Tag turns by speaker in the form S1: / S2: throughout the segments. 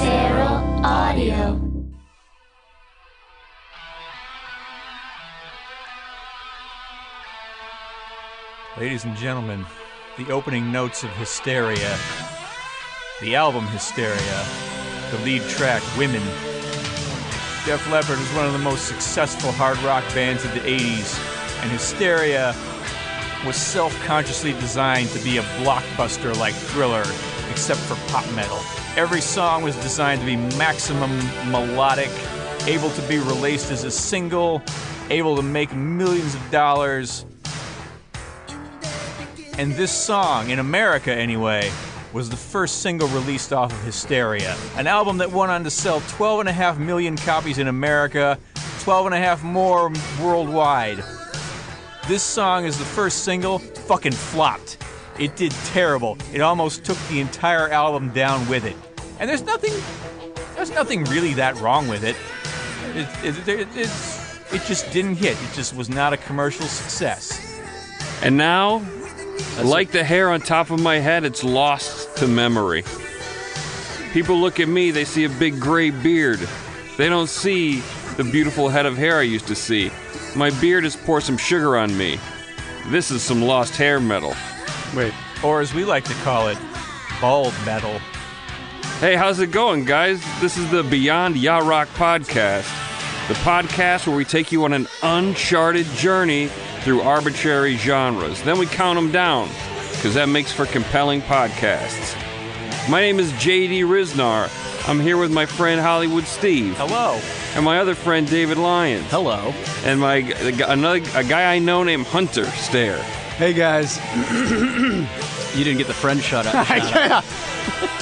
S1: Feral Audio.
S2: Ladies and gentlemen, the opening notes of Hysteria, the album Hysteria, the lead track Women. Def Leppard was one of the most successful hard rock bands of the 80s, and Hysteria was self consciously designed to be a blockbuster like thriller, except for pop metal. Every song was designed to be maximum melodic, able to be released as a single, able to make millions of dollars. And this song, in America anyway, was the first single released off of Hysteria, an album that went on to sell 12.5 million copies in America, 12.5 more worldwide. This song is the first single, fucking flopped. It did terrible. It almost took the entire album down with it. And there's nothing, there's nothing really that wrong with it. It, it, it, it's- it just didn't hit. It just was not a commercial success.
S3: And now, like the hair on top of my head, it's lost to memory. People look at me, they see a big gray beard. They don't see the beautiful head of hair I used to see. My beard has poured some sugar on me. This is some lost hair metal.
S4: Wait,
S2: Or as we like to call it, bald metal.
S3: Hey, how's it going, guys? This is the Beyond Ya Rock podcast, the podcast where we take you on an uncharted journey through arbitrary genres. Then we count them down, because that makes for compelling podcasts. My name is JD Riznar. I'm here with my friend Hollywood Steve
S2: Hello.
S3: and my other friend David Lyons.
S4: hello.
S3: And my another a guy I know named Hunter Stare.
S4: Hey guys. you didn't get the friend shut up.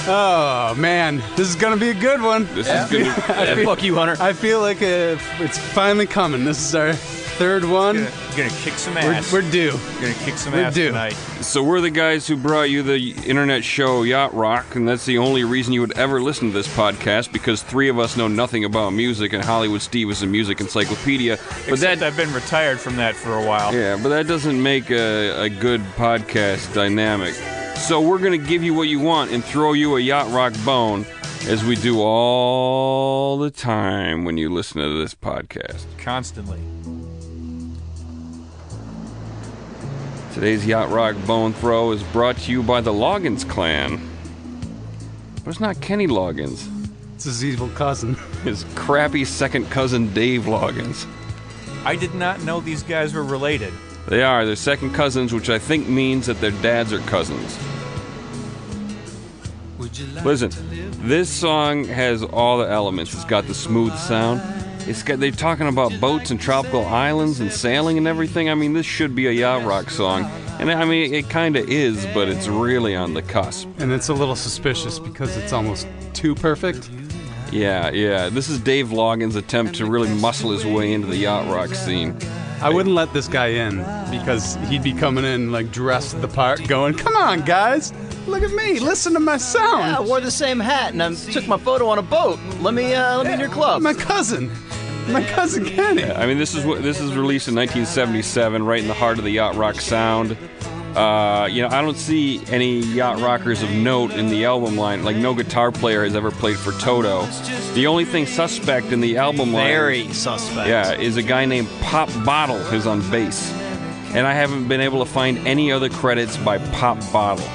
S4: Oh man, this is gonna be a good one.
S3: This is good.
S4: fuck you, Hunter. I feel like uh, it's finally coming. This is our third one.
S2: Gonna, gonna kick some
S4: We're,
S2: ass.
S4: we're due.
S2: gonna kick some
S4: we're
S2: ass
S4: due.
S2: tonight.
S3: So we're the guys who brought you the internet show Yacht Rock, and that's the only reason you would ever listen to this podcast because three of us know nothing about music, and Hollywood Steve is a music encyclopedia. But
S2: Except
S3: that,
S2: I've been retired from that for a while.
S3: yeah, but that doesn't make a, a good podcast dynamic. So we're gonna give you what you want and throw you a Yacht Rock bone, as we do all the time when you listen to this podcast.
S2: Constantly.
S3: Today's Yacht Rock Bone Throw is brought to you by the Loggins clan. But it's not Kenny Loggins.
S4: It's his evil cousin.
S3: his crappy second cousin Dave Loggins.
S2: I did not know these guys were related.
S3: They are, they're second cousins, which I think means that their dads are cousins. Listen, this song has all the elements. It's got the smooth sound. It's got they're talking about boats and tropical islands and sailing and everything. I mean, this should be a yacht rock song. And I mean, it kind of is, but it's really on the cusp.
S4: And it's a little suspicious because it's almost too perfect.
S3: Yeah, yeah. This is Dave Loggins' attempt to really muscle his way into the yacht rock scene.
S4: I wouldn't let this guy in because he'd be coming in like dressed the part, going, "Come on, guys, look at me, listen to my
S5: Yeah, I
S4: sound.
S5: wore the same hat and I took my photo on a boat. Let me, uh, let me in your club.
S4: My cousin, my cousin Kenny."
S3: I mean, this is what this is released in 1977, right in the heart of the yacht rock sound. Uh, you know, I don't see any yacht rockers of note in the album line. Like, no guitar player has ever played for Toto. The only thing suspect in the album line,
S5: Very suspect.
S3: yeah, is a guy named Pop Bottle who's on bass. And I haven't been able to find any other credits by Pop Bottle.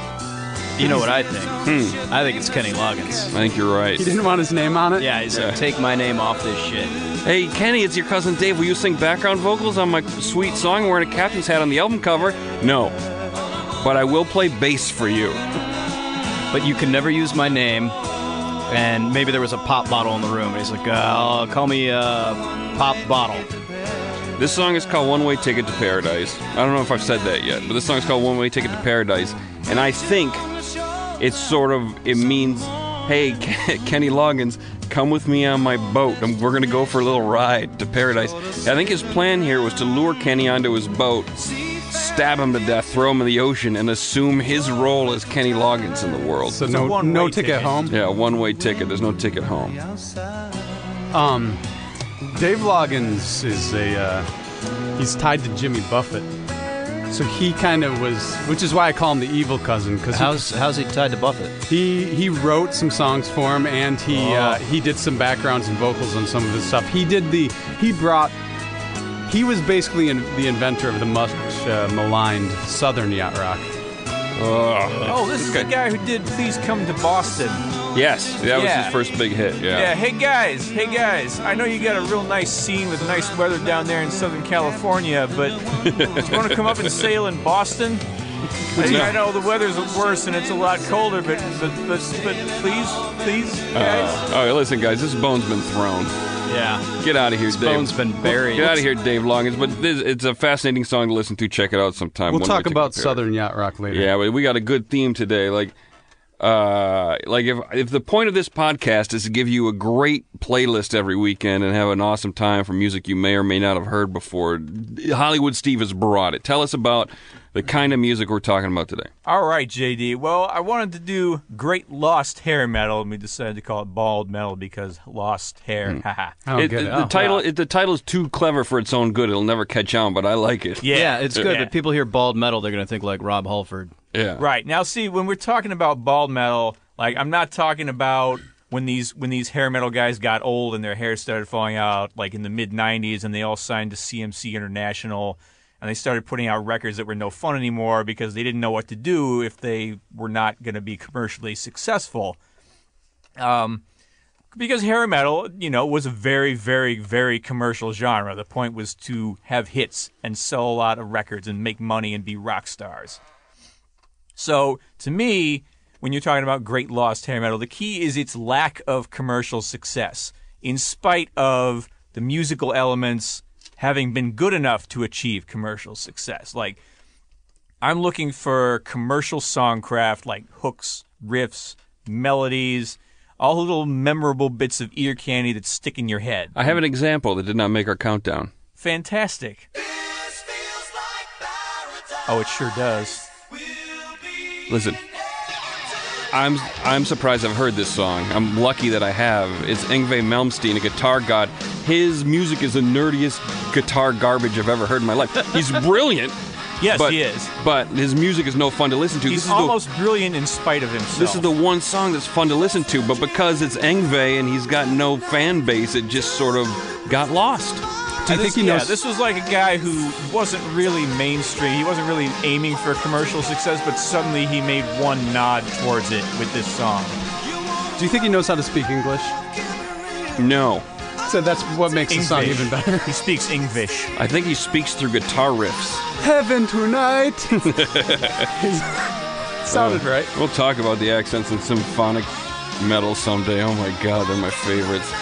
S5: You know what I think? I think it's Kenny Loggins.
S3: I think you're right.
S4: He didn't want his name on it.
S5: Yeah, he's like, take my name off this shit.
S3: Hey, Kenny, it's your cousin Dave. Will you sing background vocals on my sweet song wearing a captain's hat on the album cover? No. But I will play bass for you.
S5: But you can never use my name. And maybe there was a pop bottle in the room. And he's like, uh, call me uh, Pop Bottle.
S3: This song is called One Way Ticket to Paradise. I don't know if I've said that yet, but this song is called One Way Ticket to Paradise. And I think it's sort of, it means, hey, Ken- Kenny Loggins, come with me on my boat. and We're going to go for a little ride to paradise. I think his plan here was to lure Kenny onto his boat, stab him to death, throw him in the ocean, and assume his role as Kenny Loggins in the world.
S4: So
S2: It's a
S4: no,
S2: one-way
S4: no ticket,
S2: ticket.
S4: home.
S3: yeah, one way ticket. There's no ticket home.
S4: Um, Dave Loggins is a uh, he's tied to Jimmy Buffett. So he kind of was, which is why I call him the evil cousin, because he
S5: How's how's he tied to Buffett?
S4: He he wrote some songs for him, and he uh, he did some backgrounds and vocals on some of his stuff. He did the he brought he was basically in, the inventor of the much uh, maligned Southern yacht rock.
S2: Oh, this is
S3: Okay.
S2: the guy who did Please Come to Boston.
S3: Yes, that was
S2: Yeah.
S3: his first big hit. Yeah.
S2: Yeah, hey guys, hey guys. I know you got a real nice scene with nice weather down there in Southern California, but do you want to come up and sail in Boston? I, think- I know the weather's worse and it's a lot colder, but but but, but please, please, guys.
S3: Uh, all right, listen, guys, this bone's been thrown.
S5: Yeah.
S3: Get out of here, Dave.
S5: bone's been buried.
S3: Get out of here, Dave Longens. But this, it's a fascinating song to listen to. Check it out sometime.
S4: We'll
S3: One Way
S4: talk
S3: Ticket
S4: about
S3: to Paradise.
S4: Southern yacht rock later.
S3: Yeah, but we got a good theme today. Like, uh, like if if the point of this podcast is to give you a great playlist every weekend and have an awesome time for music you may or may not have heard before, Hollywood Steve has brought it. Tell us about the kind of music we're talking about today.
S2: All right, JD. Well, I wanted to do great lost hair metal, and we decided to call it bald metal because lost hair. Haha.
S4: Oh,
S3: It-
S4: good.
S3: the,
S4: Oh.
S3: the title it, the title is too clever for its own good. It'll never catch on, but I like it.
S2: yeah,
S5: it's good.
S2: Yeah.
S5: But people hear bald metal, they're gonna think like Rob Halford.
S3: yeah.
S2: Right. Now see, when we're talking about bald metal, like I'm not talking about when these when these hair metal guys got old and their hair started falling out like in the mid 90s and they all signed to CMC International and they started putting out records that were no fun anymore because they didn't know what to do if they were not going to be commercially successful. Um because hair metal, you know, was a very, very, very commercial genre. The point was to have hits and sell a lot of records and make money and be rock stars. So to me, when you're talking about great lost hair metal, the key is its lack of commercial success, in spite of the musical elements having been good enough to achieve commercial success. Like I'm looking for commercial songcraft like hooks, riffs, melodies, all the little memorable bits of ear candy that stick in your head.
S3: I have an example that did not make our countdown.
S2: Fantastic. Oh, it sure does.
S3: Listen, I'm I'm surprised I've heard this song. I'm lucky that I have. It's Ingve Malmsteen, a guitar god. His music is the nerdiest guitar garbage I've ever heard in my life. He's brilliant.
S2: Yes,
S3: but,
S2: he is.
S3: But his music is no fun to listen to.
S2: He's
S3: the-
S2: almost brilliant in spite of himself.
S3: This is the one song that's fun to listen to, but because it's Engve and he's got no fan base, it just sort of got lost.
S4: Do you
S2: And
S4: think
S2: this,
S4: he
S2: yeah,
S4: knows?
S2: this was like a guy who wasn't really mainstream. He wasn't really aiming for commercial success, but suddenly he made one nod towards it with this song.
S4: do you think he knows how to speak English?
S3: No,
S4: So that's what makes the song
S2: Ingvish.
S4: even better.
S2: he speaks English.
S3: I think he speaks through guitar riffs.
S4: Heaven tonight.
S2: Uh.
S4: Sounded right.
S3: We'll talk about the accents in symphonic metal someday. Oh my god, they're my favorites.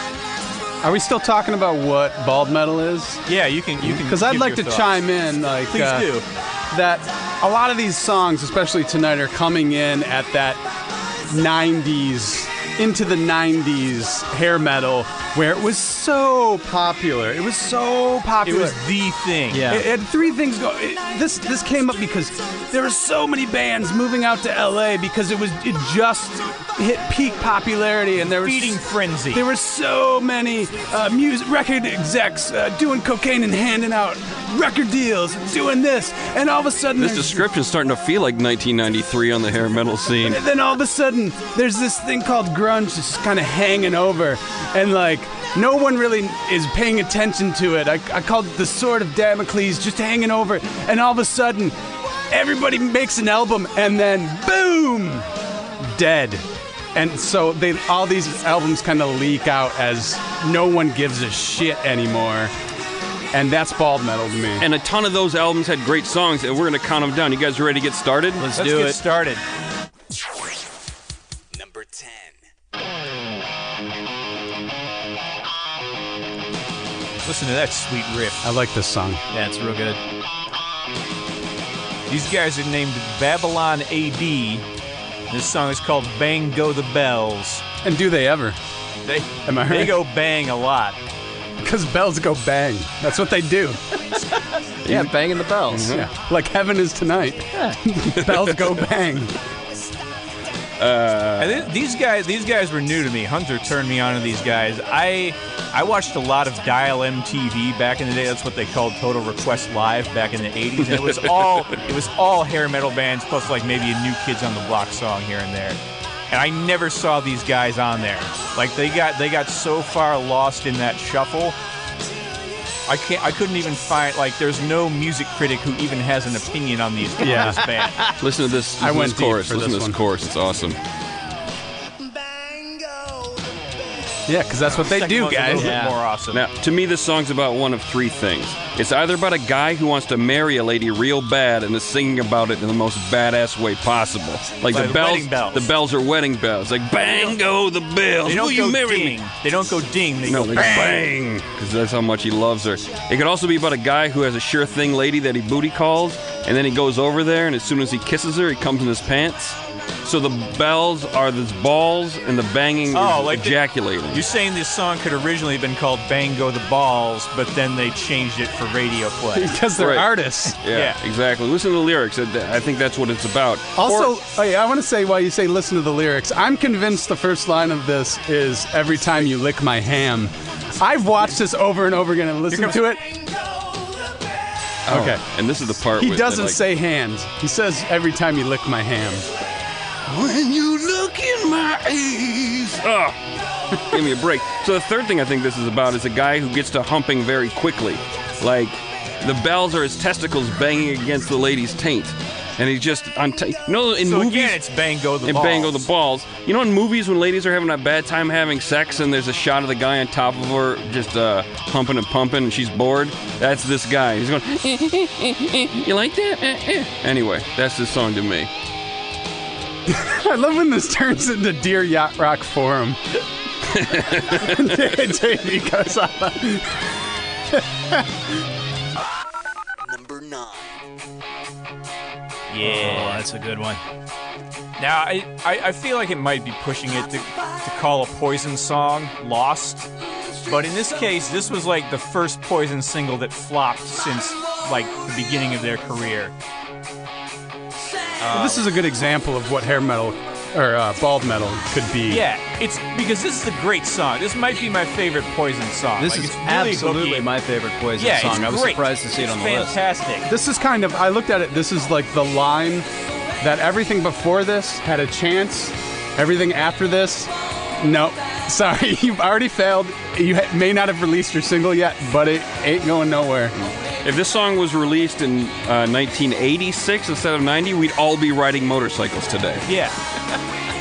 S4: Are we still talking about what bald metal is?
S2: Yeah, you can you can
S4: Because I'd
S2: give
S4: like
S2: your
S4: to
S2: thoughts.
S4: chime in, like
S2: Please
S4: uh,
S2: do.
S4: that a lot of these songs, especially tonight, are coming in at that 90s, into the 90s hair metal, where it was so popular. It was so
S2: It
S4: popular.
S2: was the thing.
S5: Yeah.
S4: It had three things go. It, this this came up because there were so many bands moving out to LA because it was it just hit peak popularity and there was
S2: Feeding frenzy.
S4: There were so many uh, music record execs uh, doing cocaine and handing out record deals, and doing this, and all of a sudden
S3: This
S4: there's-
S3: description's starting to feel like 1993 on the hair metal scene.
S4: and then all of a sudden, there's this thing called grunge that's kind of hanging over, and like no one really is paying attention to it. I, I called it the sword of Damocles just hanging over, it. and all of a sudden, everybody makes an album, and then boom, dead. And so they all these albums kind of leak out as no one gives a shit anymore, and that's bald metal to me.
S3: And a ton of those albums had great songs, and we're going to count them down. You guys ready to get started?
S5: Let's,
S2: Let's
S5: do
S2: get
S5: it.
S2: started.
S6: Number 10.
S2: Listen to that sweet riff.
S4: I like this song.
S5: yeah, it's real good.
S2: These guys are named Babylon AD. This song is called Bang Go the Bells.
S4: And do they ever?
S2: They,
S4: Am I
S2: they
S4: right?
S2: go bang a lot.
S4: Because bells go bang. That's what they do.
S5: Yeah, banging the bells.
S4: Yeah, like heaven is tonight. Bells go bang.
S2: And th- these guys, these guys were new to me. Hunter turned me on to these guys. I, I watched a lot of Dial M TV back in the day. That's what they called Total Request Live back in the '80s, and it was all, it was all hair metal bands plus like maybe a New Kids on the Block song here and there. And I never saw these guys on there. Like they got, they got so far lost in that shuffle. I can't. I couldn't even find like. There's no music critic who even has an opinion on these.
S4: Yeah.
S2: Yeah. this band.
S3: Listen to this. Listen
S4: I
S3: to
S4: went
S3: this
S4: deep
S3: chorus.
S4: for
S3: listen
S4: this
S3: to
S4: one.
S3: this chorus. It's awesome.
S4: Yeah, because that's what they
S2: Second
S4: do,
S2: one's a little
S4: guys.
S2: bit
S5: Yeah.
S2: More awesome.
S3: Now, to me, this song's about one of three things. It's either about a guy who wants to marry a lady real bad and is singing about it in the most badass way possible. Like,
S2: Like
S3: the bells,
S2: wedding bells.
S3: The bells are wedding bells. Like, bang, go the bells.
S2: They don't
S3: Will
S2: go
S3: you marry
S2: ding.
S3: me?
S2: They don't go ding. They
S3: No,
S2: go
S3: like
S2: bang.
S3: bang, because that's how much he loves her. It could also be about a guy who has a sure thing lady that he booty calls, and then he goes over there, and as soon as he kisses her, he comes in his pants. So the bells are the balls, and the banging
S2: Oh,
S3: is
S2: like the-
S3: ejaculating.
S2: You're saying this song could originally have been called "Bang Go the Balls," but then they changed it for radio play.
S4: Because they're
S3: Right.
S4: artists.
S3: yeah,
S2: yeah.
S3: exactly. Listen to the lyrics. I I think that's what it's about.
S4: Also,
S3: Or-
S4: oh yeah, I want to say while you say listen to the lyrics, I'm convinced the first line of this is "Every time you lick my ham." I've watched this over and over again and listened
S2: comes-
S4: to it.
S3: Oh,
S4: Okay.
S3: and this is the part
S4: He
S3: with that,
S4: doesn't
S3: Oh. like,
S4: say hands. He says every time you lick my ham.
S3: When you look in my eyes. Oh, give me a break. So the third thing I think this is about is a guy who gets to humping very quickly. Like the bells are his testicles banging against the lady's taint. And he's just on ta- You know in
S2: so
S3: movies
S2: again, it's "Bang Go the
S3: and
S2: Balls."
S3: bang on the balls. You know in movies when ladies are having a bad time having sex and there's a shot of the guy on top of her just uh, humping and pumping and she's bored? That's this guy. He's going, You like that? Eh, eh." Anyway, that's this song to me.
S4: I love when this turns into Dear Yacht Rock Forum. Jamie goes on.
S5: Oh,
S2: Yeah.
S5: that's a good one.
S2: Now I, I, I feel like it might be pushing it to, to call a Poison song "Lost," but in this case, this was like the first Poison single that flopped since like the beginning of their career.
S4: this is a good example of what hair metal or uh, bald metal could be.
S2: Yeah, it's because this is a great song. This might be my favorite Poison song.
S5: This
S2: Like,
S5: is
S2: it's really
S5: absolutely
S2: hooky.
S5: my favorite Poison
S2: yeah,
S5: song.
S2: It's
S5: I was
S2: great.
S5: surprised to see it
S2: It's
S5: on the list.
S2: fantastic.
S4: This is kind of I looked at it this is like the line that everything before this had a chance, everything after this no. Sorry, you've already failed. You ha- may not have released your single yet, but it ain't going nowhere.
S3: If this song was released in uh, 1986 instead of 90, we'd all be riding motorcycles today.
S2: Yeah.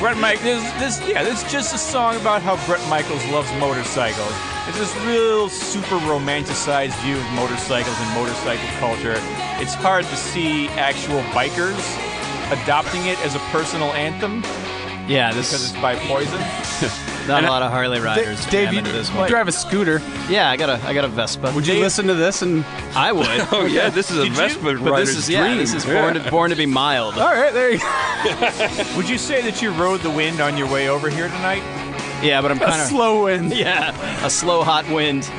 S2: Brett Michaels. This, this, yeah, this is just a song about how Brett Michaels loves motorcycles. It's this real super romanticized view of motorcycles and motorcycle culture. It's hard to see actual bikers adopting it as a personal anthem
S5: Yeah, this
S2: because
S5: is
S2: it's by Poison.
S5: not a lot of Harley riders.
S4: Da-
S5: jam
S4: Dave, you,
S5: into this
S4: you
S5: one.
S4: drive a scooter.
S5: Yeah, I got a I got a Vespa.
S4: Would you
S2: Dave-
S4: listen to this and
S5: I would.
S3: Oh yeah, this is a
S2: you?
S3: Vespa
S5: But
S3: rider's
S5: this is yeah,
S3: dream.
S5: this is born to, born to be mild.
S4: All right, there you go.
S2: Would you say that you rode the wind on your way over here tonight?
S5: Yeah, but I'm
S4: A
S5: kind of
S4: slow win.
S5: yeah, a slow hot wind.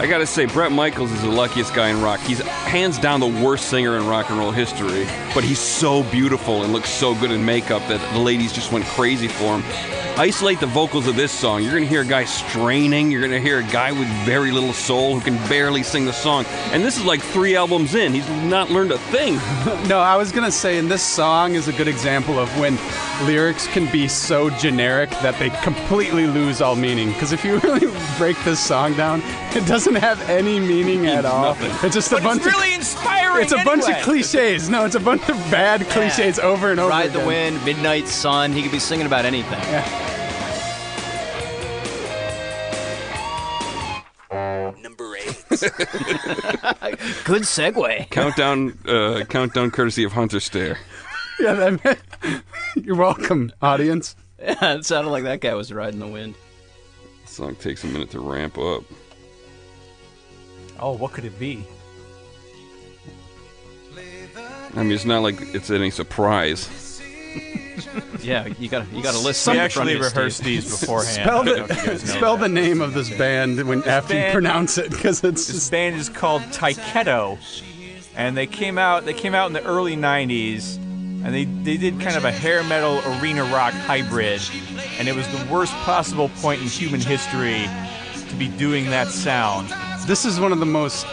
S3: I gotta say, Brett Michaels is the luckiest guy in rock. He's hands down the worst singer in rock and roll history, but he's so beautiful and looks so good in makeup that the ladies just went crazy for him. Isolate the vocals of this song. You're gonna hear a guy straining. You're gonna hear a guy with very little soul who can barely sing the song. And this is like three albums in. He's not learned a thing.
S4: No, I was gonna say, and this song is a good example of when lyrics can be so generic that they completely lose all meaning. Because if you really break this song down, it doesn't have any meaning at all.
S3: nothing.
S4: It's just a
S2: But
S4: bunch.
S2: it's really
S4: of,
S2: inspiring.
S4: it's a bunch of
S2: anyway.
S4: cliches. No, it's a bunch of bad cliches over and over.
S5: Ride the
S4: again.
S5: wind, midnight sun. He could be singing about anything. Good segue.
S3: countdown, uh, countdown, courtesy of Hunter Stare.
S4: Yeah, that, you're welcome, audience.
S5: Yeah, it sounded like that guy was riding the wind.
S3: This song takes a minute to ramp up.
S2: Oh, what could it be?
S3: I mean, it's not like it's any surprise.
S5: Yeah, you got to you got to list.
S2: We
S5: right in front
S2: actually
S5: of you, Steve.
S2: rehearsed these beforehand.
S4: Spell
S2: I don't know if you
S4: the,
S2: guys know
S4: spell
S2: that.
S4: the name of this band when after you
S2: band-
S4: pronounce it, because it's
S2: This
S4: just
S2: band is called Taiketo, and they came out. They came out in the early '90s, and they, they did kind of a hair metal arena rock hybrid, and it was the worst possible point in human history to be doing that sound.
S4: This is one of the most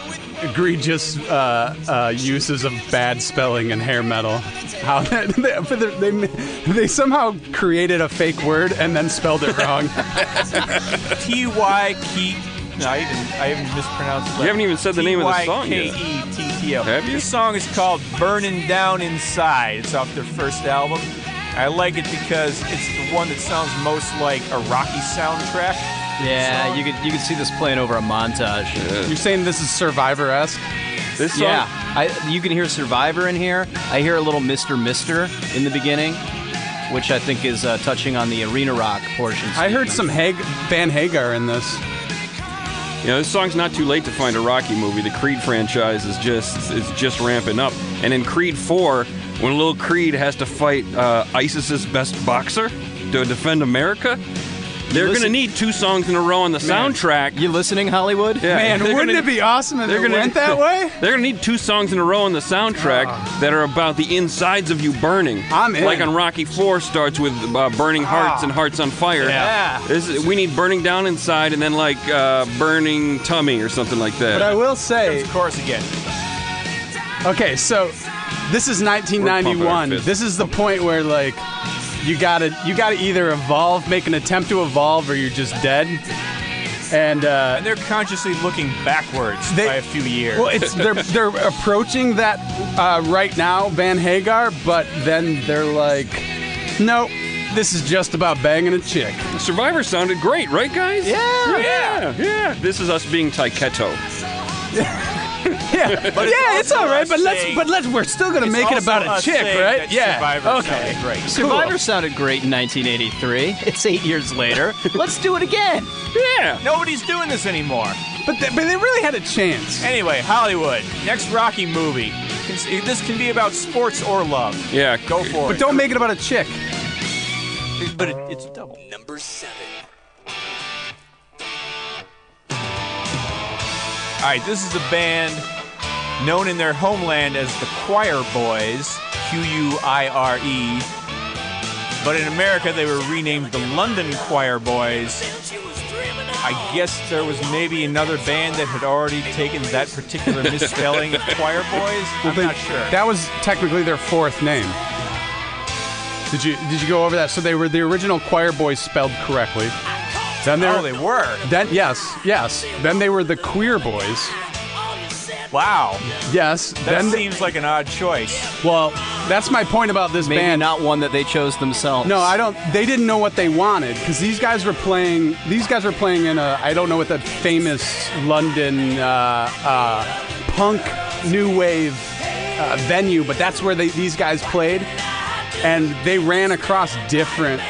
S4: egregious uh, uh, uses of bad spelling in hair metal. How they, they, they, they somehow created a fake word and then spelled it wrong.
S2: T Y K. E, No, I even I even mispronounced. it.
S3: You haven't even said the name of the song yet.
S2: E T-Y-K-E-T-T-O.
S3: Have you?
S2: This song is called "Burning Down Inside." It's off their first album. I like it because it's the one that sounds most like a Rocky soundtrack.
S5: Yeah, you could you could see this playing over a montage.
S4: You're saying this is Survivor esque?
S3: This song,
S5: Yeah, I, you can hear Survivor in here. I hear a little Mister Mister in the beginning, which I think is uh, touching on the arena rock portion.
S4: I heard some Hag- Van Hagar in this.
S3: You know, this song's not too late to find a Rocky movie. The Creed franchise is just is just ramping up. And in Creed 4, when Lil Creed has to fight uh, ISIS's best boxer to defend America, they're going to
S5: listen-
S3: need two songs in a row on the soundtrack.
S5: You listening, Hollywood?
S3: Yeah,
S4: Man,
S3: they're
S4: wouldn't
S3: gonna-
S4: it be awesome if
S3: They're
S4: it
S3: gonna
S4: went that way?
S3: They're gonna need two songs in a row on the soundtrack that are about the insides of you burning.
S4: I'm in.
S3: Like on Rocky Four starts with uh, burning hearts
S4: Ah.
S3: and hearts on fire.
S2: Yeah.
S3: This is, we need burning down inside and then like uh, burning tummy or something like that.
S4: But I will say,
S2: Of course, again.
S4: okay, so this is
S3: We're pumping
S4: 1991.
S3: our fists.
S4: This is the point where like you gotta you gotta either evolve, make an attempt to evolve, or you're just dead. And uh,
S2: And they're consciously looking backwards
S4: They-
S2: by a few years.
S4: well, it's they're they're approaching that uh, right now, Van Hagar. But then they're like, nope, this is just about banging a chick.
S3: Survivor sounded great, right, guys?
S4: Yeah.
S3: yeah, yeah. This is us being Taiketo.
S4: Yeah,
S2: But it's
S4: yeah, it's
S2: also
S4: all right.
S2: us
S4: But let's
S2: saying-
S4: but let's we're still gonna
S2: It's
S4: make it
S2: also
S4: about a
S2: us
S4: chick,
S2: saying
S4: right?
S2: that
S4: Yeah.
S2: Survivor
S4: okay.
S2: sounded great.
S5: Survivor sounded great in 1983. It's eight years later. Let's do it again.
S3: Yeah.
S2: Nobody's doing this anymore.
S4: But they, but they really had a chance.
S2: Anyway, Hollywood. Next Rocky movie. Cons- This can be about sports or love.
S3: Yeah.
S2: Go for
S4: But
S2: it.
S4: don't make it about a chick.
S2: But it, it's double.
S6: Number seven.
S2: All right, this is a band known in their homeland as the Choir Boys, Q U I R E. But in America, they were renamed the London Choir Boys. I guess there was maybe another band that had already taken that particular misspelling of Choir Boys. I'm
S4: They-
S2: not sure.
S4: That was technically their fourth name. Did you did you go over that? So they were the original choir boys spelled correctly. Then they
S2: oh,
S4: were
S2: they were.
S4: then yes yes. Then they were the queer boys.
S2: Wow.
S4: Yes.
S2: That
S4: then
S2: seems like an odd choice.
S4: well, that's my point about this
S5: Maybe
S4: band.
S5: not one that they chose themselves.
S4: No, I don't. They didn't know what they wanted because these guys were playing. These guys were playing in a I don't know what that famous London uh, uh, punk new wave uh, venue, but that's where they, these guys played, and they ran across different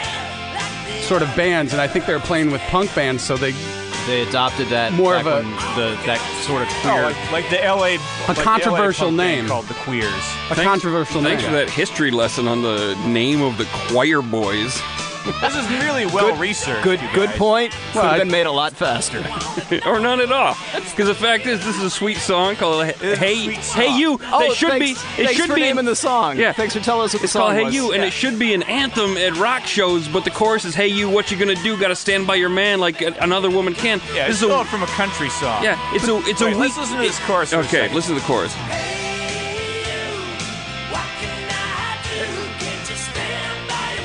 S4: sort of bands, and I think they were playing with punk bands, so they
S5: They adopted that
S4: More
S5: back
S4: of a-
S5: when the that sort of queer.
S2: Oh, like, like the LA. like the LA
S4: controversial
S2: punk band
S4: name.
S2: called the Queers.
S4: a controversial
S3: Thanks
S4: name.
S3: for that history lesson on the name of the choir boys.
S2: This is really well researched.
S5: good
S2: you
S5: good
S2: guys.
S5: point. Could
S4: I-
S5: have been made a lot faster.
S3: or none at all. Because the fact is, this is a sweet song called "Hey
S2: is a
S3: Hey
S2: sweet song.
S3: You."
S5: Oh,
S3: they should
S5: thanks,
S3: be. It
S5: thanks
S3: should
S5: for
S3: be
S5: naming the song.
S3: Yeah.
S5: Thanks for telling us what
S3: It's
S5: the song
S3: called "Hey
S5: was.
S3: You," and it should be an anthem at rock shows. But the chorus is "Hey You, what you gonna do? Gotta stand by your man like a- another woman can."
S2: Yeah,
S3: this
S2: it's
S3: is a,
S2: stolen from a country song.
S3: yeah, it's a
S2: Wait,
S3: it's a weak.
S2: let's listen to this chorus. for a
S3: Okay,
S2: second.
S3: listen to the chorus.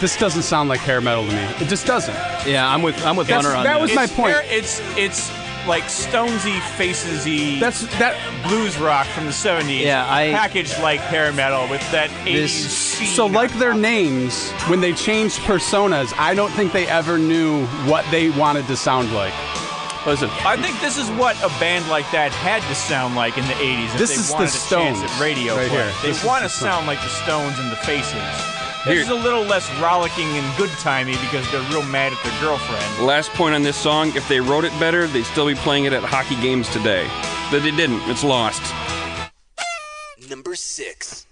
S4: This doesn't sound like hair metal to me. It just doesn't.
S5: Yeah, I'm with I'm with
S4: That's-
S5: Hunter on
S4: that
S5: this.
S4: was
S2: It's
S4: my point.
S2: very- It's it's like Stonesy, Facesy,
S4: That's that.
S2: blues rock from the '70s.
S5: Yeah, I-
S2: packaged like hair metal with that '80s.
S5: This-
S2: scene
S4: So,
S2: on
S4: like their
S2: top.
S4: names, when they changed personas, I don't think they ever knew what they wanted to sound like.
S3: Listen,
S2: I think this is what a band like that had to sound like in the '80s. If
S4: This
S2: they
S4: is the
S2: wanted a chance
S4: Stones
S2: at radio
S4: right
S2: play.
S4: here.
S2: They
S4: This is
S2: want
S4: the
S2: to
S4: Stones.
S2: sound like the Stones and the Faces. This
S3: Here-
S2: is a little less rollicking and good timey because they're real mad at their girlfriend.
S3: last point on this song: if they wrote it better, they'd still be playing it at hockey games today. But they didn't. It's lost.
S6: Number six.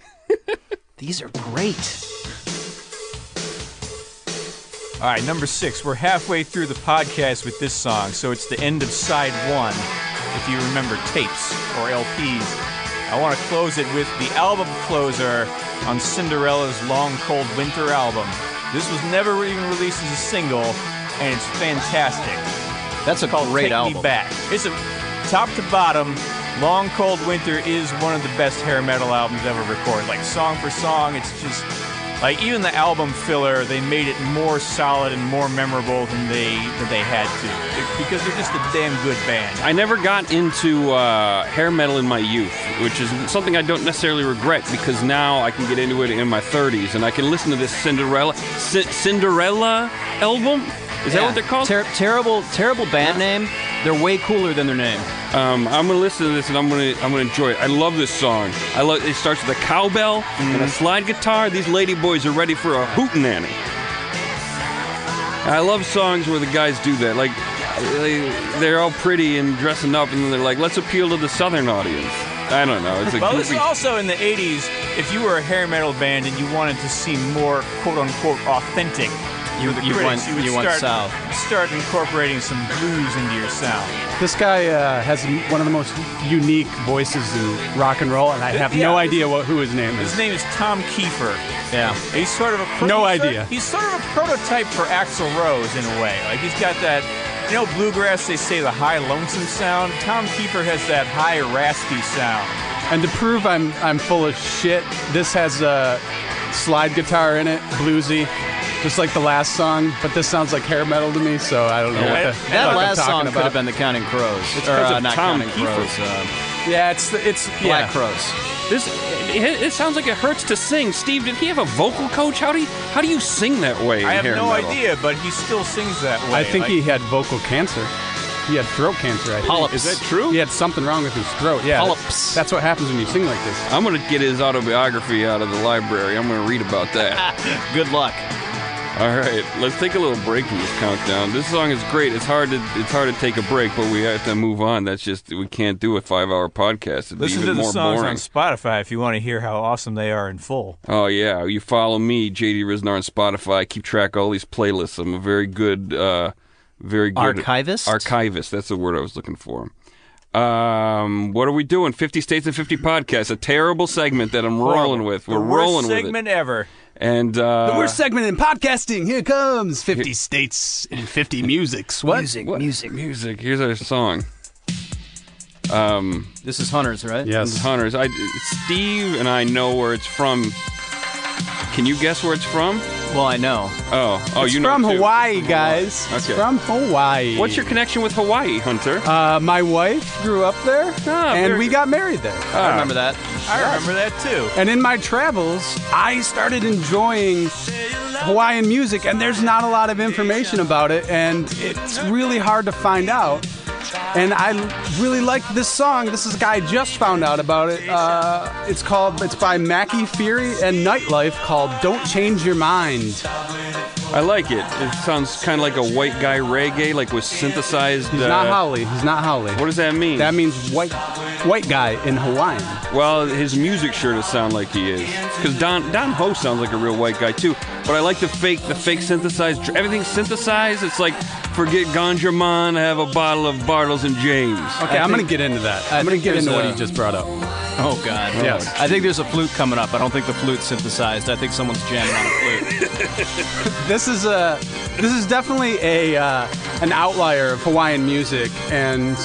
S5: These are great.
S2: All right, number six. We're halfway through the podcast with this song, so it's the end of side one. If you remember tapes or LPs, I want to close it with the album closer on Cinderella's Long Cold Winter album. This was never even released as a single, and it's fantastic
S5: That's a
S2: called
S5: great
S2: Take
S5: album.
S2: Me Back. It's a top to bottom. Long Cold Winter is one of the best hair metal albums ever recorded. Like song for song, it's just like even the album filler, they made it more solid and more memorable than they than they had to It- because they're just a damn good band.
S3: I never got into uh, hair metal in my youth, which is something I don't necessarily regret because now I can get into it in my 30s and I can listen to this Cinderella C- Cinderella album. Is that
S5: Yeah.
S3: what they're called?
S5: Ter- terrible, terrible band name. They're way cooler than their name.
S3: Um, I'm gonna listen to this and I'm gonna I'm gonna enjoy it. I love this song. I love it starts with a cowbell and a slide guitar. These lady boys are ready for a hootenanny. I love songs where the guys do that. Like they, they're all pretty and dressing up, and they're like, "Let's appeal to the southern audience." I don't know. It's a
S2: Well, this is
S3: goofy-
S2: also in the 80s. If you were a hair metal band and you wanted to seem more quote unquote authentic,
S5: You,
S2: for the
S5: you
S2: critics,
S5: went,
S2: you would
S5: you
S2: start,
S5: went south.
S2: start incorporating some blues into your sound.
S4: This guy uh, has m- one of the most unique voices in rock and roll, and I have no
S2: Yeah.
S4: idea what who his name
S2: His
S4: is.
S2: name is Tom Kiefer.
S5: Yeah.
S2: He's sort of a pro-
S4: No
S2: he's sort-
S4: idea.
S2: he's sort of a prototype for Axl Rose in a way. Like he's got that, you know, bluegrass. They say the high lonesome sound. Tom Kiefer has that high raspy sound.
S4: And to prove I'm I'm full of shit, this has a slide guitar in it, bluesy, just like the last song. But this sounds like hair metal to me, so I don't know
S2: Yeah.
S4: what the
S2: That
S4: fuck
S5: That
S4: I'm
S5: last
S4: talking
S5: song
S4: about.
S5: could have been the Counting Crows. It's or,
S3: 'cause
S5: uh,
S3: of
S5: not
S3: Tom
S5: Counting
S3: Kiefer.
S5: Crows. Uh,
S4: Yeah, it's it's yeah.
S5: Black Crows.
S3: This it, it sounds like it hurts to sing. Steve, did he have a vocal coach? How do you, how do you sing that way? in
S2: I have
S3: hair
S2: no
S3: metal?
S2: idea, but he still sings that way.
S4: I think
S2: Like,
S4: he had vocal cancer. He had throat cancer. I think.
S5: Polyps.
S3: Is that true?
S4: He had something wrong with his throat. Yeah,
S5: Polyps.
S4: That's what happens when you sing like this.
S3: I'm gonna get his autobiography out of the library. I'm gonna read about that.
S5: Good luck.
S3: All right, let's take a little break from this countdown. This song is great. It's hard to it's hard to take a break, but we have to move on. That's just we can't do a five hour podcast. It'd
S2: Listen
S3: be even
S2: to the
S3: more
S2: songs
S3: boring.
S2: on Spotify if you want to hear how awesome they are in full.
S3: oh yeah, you follow me, JD Riznar on Spotify. I keep track of all these playlists. I'm a very good, uh, very good
S5: Archivist?
S3: Archivist. That's the word I was looking for. Um, what are we doing? Fifty states and fifty podcasts. A terrible segment that I'm rolling with. We're
S2: the worst
S3: rolling with
S2: segment ever.
S3: it. And uh,
S4: The worst segment in podcasting. Here comes 50 states and 50 musics. What?
S3: what? music. Music. Here's our song.
S5: This is Hunters, right?
S4: Yes.
S3: Hunters. I, Steve and I know where it's from. Can you guess where it's from?
S5: Well, I know.
S3: Oh, oh,
S4: It's
S3: you know
S4: from
S3: too.
S4: Hawaii, guys. It's
S3: Okay.
S4: from Hawaii.
S3: What's your connection with Hawaii, Hunter?
S4: Uh, my wife grew up there,
S3: Ah,
S4: and
S3: very
S4: we
S3: good.
S4: got married there.
S5: I remember that.
S2: I remember that too.
S4: And in my travels, I started enjoying Hawaiian music, and there's not a lot of information about it, and it's really hard to find out. And I really like this song. This is a guy I just found out about it. Uh, it's called, it's by Mackie Fury and Nightlife called Don't Change Your Mind.
S3: I like it. It sounds kind of like a white guy reggae, like with synthesized.
S4: He's
S3: uh,
S4: not Howley. He's not Howley.
S3: What does that mean?
S4: That means white, white guy in Hawaiian.
S3: well, his music sure does sound like he is, because Don Don Ho sounds like a real white guy too. But I like the fake, the fake synthesized. dr- Everything's synthesized. It's like forget Ganja Man, have a bottle of Bartles and James.
S4: Okay, I'm gonna get into that. I'm gonna
S5: think
S4: get
S5: there's
S4: into what
S5: a-
S4: he just brought up.
S5: Oh God.
S4: Yes.
S5: I think there's a flute coming up. I don't think the flute's synthesized. I think someone's jamming on a flute.
S4: This is a, this is definitely a uh, an outlier of Hawaiian music, and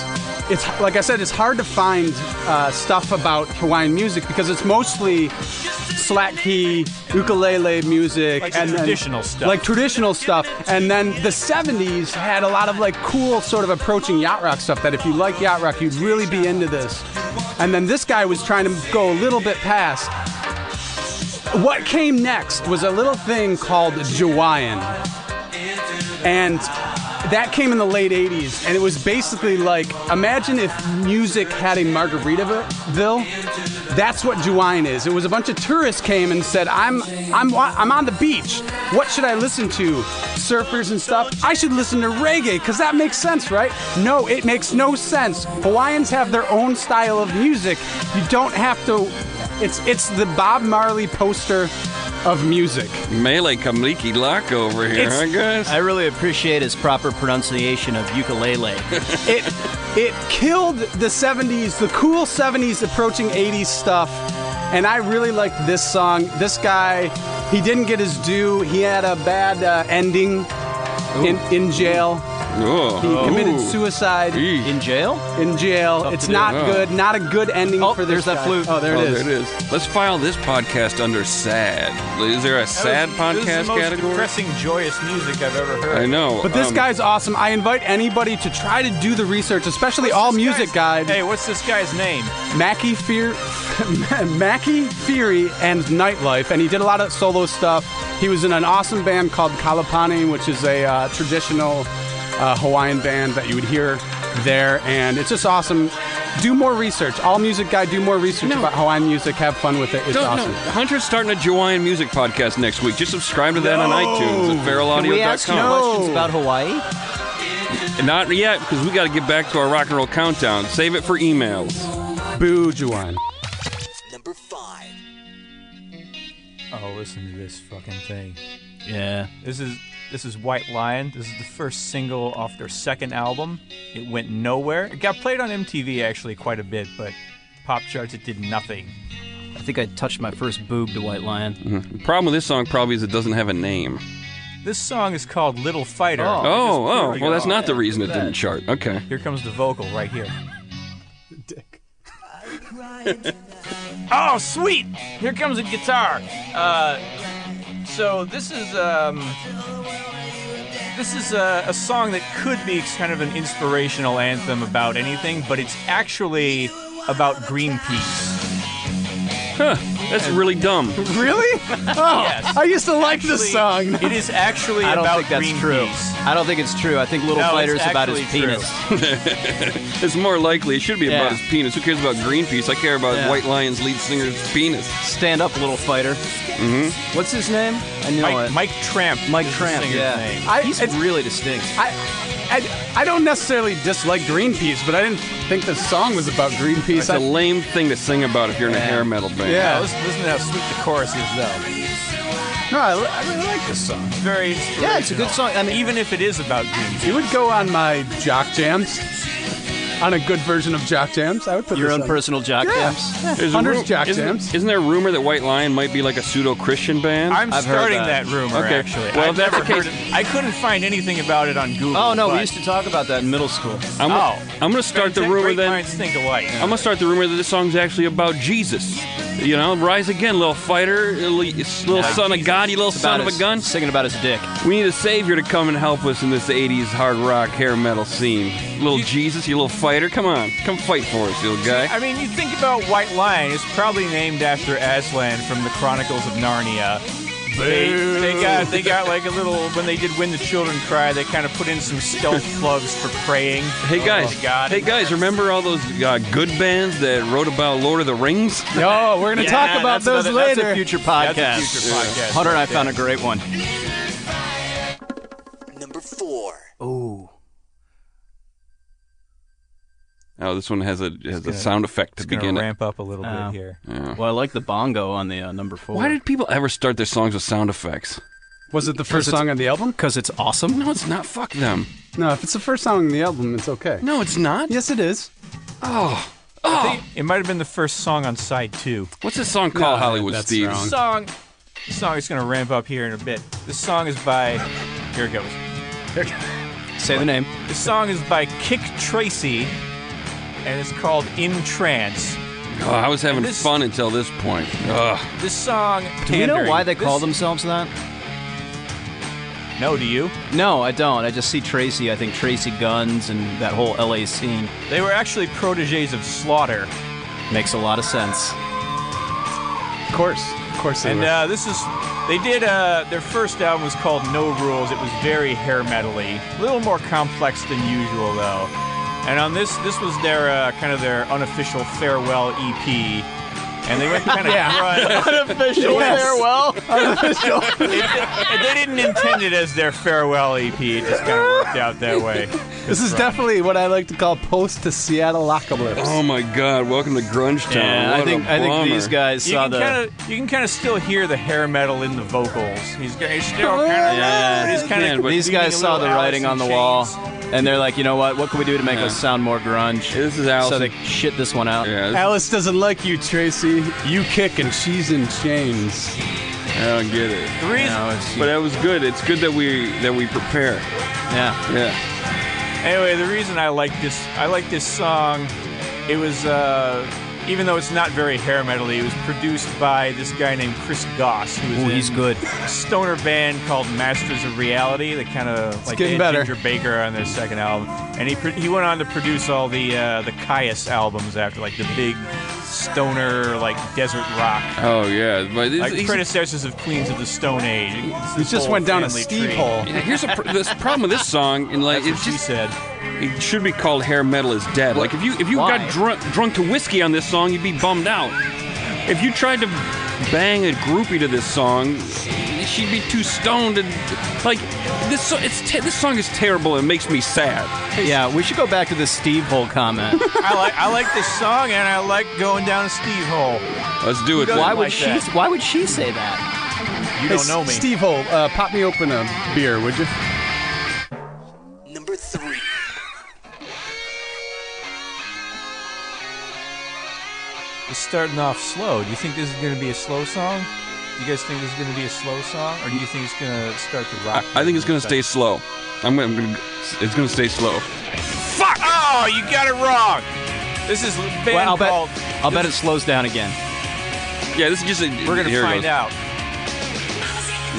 S4: it's like I said, it's hard to find uh, stuff about Hawaiian music because it's mostly slack key, ukulele music,
S2: Like the
S4: and then-
S2: traditional stuff.
S4: like traditional stuff. And then the '70s had a lot of like cool sort of approaching yacht rock stuff. That if you like yacht rock, you'd really be into this. And then this guy was trying to go a little bit past. What came next was a little thing called Jawaiian. And that came in the late 80s. And it was basically like imagine if music had a Margaritaville. That's what Jawaiian is. It was a bunch of tourists came and said, I'm, I'm, I'm on the beach. What should I listen to? Surfers and stuff. I should listen to reggae because that makes sense, right? No, it makes no sense. Hawaiians have their own style of music. You don't have to. It's, it's the Bob Marley poster of music.
S3: Melee Kamliki Lock over here,
S5: It's-
S3: I guess.
S5: I really appreciate his proper pronunciation of ukulele.
S4: It it killed the 70s, the cool 70s approaching 80s stuff. And I really liked this song. This guy, he didn't get his due. He had a bad uh, ending in, in jail.
S3: oh.
S4: He committed
S3: Ooh.
S4: suicide
S3: Eesh.
S5: In jail?
S4: in jail. It's
S5: do.
S4: not
S3: Yeah.
S4: good. Not a good ending
S5: Oh,
S4: for this
S5: there's that
S4: guy.
S5: flute.
S4: Oh, there
S3: Oh,
S4: it is.
S3: there it is. Let's file this podcast under sad. Is there a sad
S2: That was- this is
S3: podcast
S2: the most
S3: category?
S2: Depressing, joyous music I've ever heard.
S3: I know.
S4: But this
S3: um,
S4: guy's awesome. I invite anybody to try to do the research, especially
S2: What's
S4: All
S2: this
S4: Music
S2: guy's-
S4: Guide.
S2: Hey, what's this guy's name?
S4: Mackie Fear, Mackie Fury, and Nightlife, and he did a lot of solo stuff. He was in an awesome band called Kalapani, which is a uh, traditional uh, Hawaiian band that you would hear there, and it's just awesome. Do more research. All music guy, do more research about Hawaiian music. Have fun with it. It's
S3: Don't
S4: awesome.
S3: know. Hunter's starting a Hawaiian music podcast next week. Just subscribe to that on iTunes at
S5: Can we ask you
S3: feralaudio.com.
S4: No.
S5: questions about Hawaii?
S3: Not yet, because we got to get back to our rock and roll countdown. Save it for emails.
S4: Boo, Juwan.
S6: Number five.
S2: Oh, listen to this fucking thing.
S5: Yeah.
S2: This is this is White Lion. This is the first single off their second album. It went nowhere. It got played on MTV actually quite a bit, but pop charts it did nothing.
S5: I think I touched my first boob to White Lion.
S3: The problem with this song probably is it doesn't have a name.
S2: This song is called Little Fighter.
S5: Oh.
S2: Just- there
S3: Oh, oh.
S2: we
S3: Well,
S2: go.
S3: that's not the reason it
S5: look at
S3: didn't chart. Okay.
S2: Here comes the vocal right here.
S4: Dick.
S2: Oh, sweet! Here comes a guitar. Uh, so this is um, this is a, a song that could be kind of an inspirational anthem about anything, but it's actually about Greenpeace.
S3: Huh. That's really dumb.
S4: Really? Oh,
S2: Yes.
S4: I used to like this
S2: Actually,
S4: song.
S2: It is actually
S5: I don't
S2: about
S5: think that's true.
S2: Greenpeace.
S5: I don't think it's true. I think Little
S2: No, it's
S5: Fighter's about his
S2: actually true.
S5: penis.
S3: It's more likely. It should be about
S5: Yeah.
S3: his penis. Who cares about Greenpeace? I care about
S5: Yeah.
S3: White Lion's lead singer's penis.
S5: Stand up, Little Fighter. Mm-hmm. What's his name? I know
S2: Mike,
S5: it.
S2: Mike Tramp.
S5: Mike
S2: is the
S5: Tramp.
S2: singer's
S5: Yeah.
S2: name.
S4: I-
S5: He's
S4: it's-
S5: really distinct.
S4: I, I, I don't necessarily dislike Greenpeace, but I didn't think the song was about Greenpeace.
S3: It's a
S4: I-
S3: lame thing to sing about if you're in a
S5: Yeah.
S3: hair metal band.
S4: Yeah.
S2: Yeah, listen, listen to how sweet the chorus is, though.
S4: no, I, li- I really like this song.
S2: It's very
S5: Yeah, it's a good
S2: inspirational.
S5: song. I mean,
S2: Even if it is about Greenpeace.
S4: You would go on my jock jams, on a good version of jock jams. I would put
S5: your
S4: this
S5: own
S4: on.
S5: personal jock
S4: Yeah.
S5: jams.
S3: There's a
S4: Hunter's
S3: ru-
S4: jock
S3: isn't,
S4: jams.
S3: Isn't there a rumor that White Lion might be like a pseudo Christian band?
S2: I'm
S5: I've heard
S2: starting
S5: that.
S2: that. rumor,
S3: Okay.
S2: actually.
S3: Well,
S2: I've
S3: if that's
S2: never
S3: the
S2: heard
S3: case-
S2: it. I couldn't find anything about it on Google.
S5: Oh no,
S2: but
S5: we used to talk about that in middle school.
S3: I'm,
S2: Oh.
S3: gonna, I'm gonna start the
S2: Great
S3: rumor then.
S2: minds think alike.
S3: I'm gonna start the rumor that this song's actually about Jesus. You know, rise again, little fighter, little, little son of
S2: Jesus.
S3: God, you little
S5: It's
S3: son
S5: about
S3: of a
S5: his-
S3: gun.
S5: Singing about his dick.
S3: We need a savior to come and help us in this '80s hard rock hair metal scene. Little Jesus, you little fighter, come on, come fight for us, you little guy.
S2: I mean, you think about White Lion, it's probably named after Aslan from the Chronicles of Narnia. They, they got they got like a little when they did when the children cry they kind of put in some stealth plugs for praying.
S3: Hey guys,
S2: Oh, God.
S3: hey guys, remember all those uh, good bands that wrote about Lord of the Rings?
S5: Oh,
S4: No, we're gonna talk about
S5: that's
S4: those
S5: another-
S4: later.
S5: That's a future podcast.
S2: That's a future podcast
S5: Hunter and I
S2: right
S5: found a
S2: there.
S5: great one.
S6: Number four.
S5: Ooh.
S3: Oh, this one has a has a sound effect to
S2: It's gonna
S3: begin it.
S2: ramp up a little
S5: Oh.
S2: bit here.
S5: Well, I like the bongo on the uh, number four.
S3: Why did people ever start their songs with sound effects?
S4: Was it the first
S5: it's-
S4: song on the album?
S5: Because it's awesome.
S3: No, it's not. Fuck them.
S4: No, if it's the first song on the album, it's okay.
S3: No, it's not.
S4: Yes, it is.
S2: It might have been the first song on side two.
S3: What's this song called, Hollywood
S4: that's
S3: Steve?
S4: wrong.
S2: This song, this song is gonna ramp up here in a bit. This song is by here it goes.
S5: Say the name.
S2: This song is by Kick Tracy, and it's called In Trance.
S3: Oh, I was having
S2: This-
S3: fun until this point. Ugh.
S2: This song.
S5: Do you know why they call
S2: this-
S5: themselves that?
S2: No, do you?
S5: No, I don't. I just see Tracy. I think Tracy Guns and that whole LA scene
S2: They were actually proteges of Slaughter,
S5: makes a lot of sense.
S4: Of course, of course. They
S2: and
S4: were.
S2: uh, this is they did. Uh, their first album was called No Rules. It was very hair metally, a little more complex than usual though. And on this, this was their uh, kind of their unofficial farewell EP. E and they went kind of grunt.
S5: Unofficial farewell.
S2: And they didn't intend it as their farewell EP. It just kind of worked out that way.
S4: This is definitely what I like to call post to Seattle apocalypse.
S3: Oh my God! Welcome to Grunge Town.
S5: Yeah,
S3: What
S5: I
S3: a
S5: think I think
S3: bummer.
S5: these guys
S2: You
S5: saw
S2: can,
S5: the.
S2: kind of, you can kind of still hear the hair metal in the vocals. He's, g- he's still kind of,
S5: Yeah,
S2: he's kind
S3: Man,
S2: of
S3: but
S5: these guys saw the writing on the wall, and they're like, you know what? What can we do to make
S3: Yeah.
S5: us sound more grunge?
S3: This is Alice
S5: So they
S3: in-
S5: shit this one out.
S3: Yeah, this-
S4: Alice doesn't like you, Tracy. You kick and she's in chains.
S3: I don't get it.
S2: The reason,
S5: No, it's-
S3: But that was good. It's good that we that we prepare.
S5: yeah.
S3: Yeah.
S2: Anyway, the reason I like this, I like this song. It was, uh, even though it's not very hair metal, it was produced by this guy named Chris Goss, who was
S5: Ooh,
S2: in
S5: he's good.
S2: a stoner band called Masters of Reality. They kind of like
S4: getting
S2: they had
S4: better.
S2: Ginger Baker on their second album, and he pro- he went on to produce all the uh, the Caius albums after, like the big stoner like desert rock.
S3: Oh yeah. But this,
S2: Like
S3: he's-
S2: predecessors of Queens of the Stone Age. It's
S4: You
S2: this
S4: just
S2: whole
S4: went down a
S2: family
S4: steep
S2: tree.
S4: hole.
S3: yeah, here's a pr- this problem with this song, and like
S2: That's what
S3: it's
S2: she
S3: just
S2: said.
S3: it should be called hair metal is dead. Like if you if you
S5: Why?
S3: got drunk drunk to whiskey on this song, you'd be bummed out. If you tried to bang a groupie to this song, she'd be too stoned and like this. So, it's te- this song is terrible and makes me sad.
S5: Yeah, we should go back to the Steve Hole comment.
S2: I like I like this song and I like going down a Steve hole.
S3: Let's do it.
S5: why
S2: doesn't
S5: would
S2: like
S5: she?
S2: that.
S5: Why would she say that?
S2: You
S4: Hey,
S2: don't know me.
S4: Steve Hole, uh, pop me open a beer, would you?
S6: Number three.
S2: It's starting off slow. Do you think this is going to be a slow song? Do you guys think this is going to be a slow song, or do you think it's going to start to rock?
S3: I think it's gonna stay slow. I'm gonna, I'm gonna it's gonna stay slow.
S2: Fuck! Oh, you got it wrong. This is a band
S5: Well, I'll bet.
S2: called.
S5: I'll bet it slows down again.
S3: Yeah, this is just a,
S2: We're gonna
S3: here it
S2: find
S3: goes.
S2: out.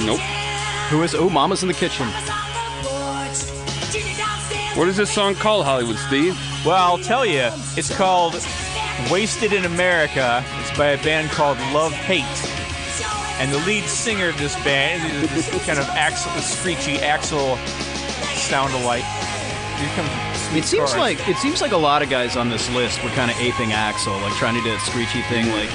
S3: Nope.
S5: Who is? Oh, Mama's in the kitchen.
S3: What is this song called, Hollywood Steve?
S2: Well, I'll tell you. It's called "Wasted in America." It's by a band called Love Hate. And the lead singer of this band is this kind of Axel, screechy Axel sound alike. Here comes Sweet
S5: It seems
S2: Cars.
S5: like it seems like a lot of guys on this list were kind of aping Axel, like trying to do a screechy thing. Like,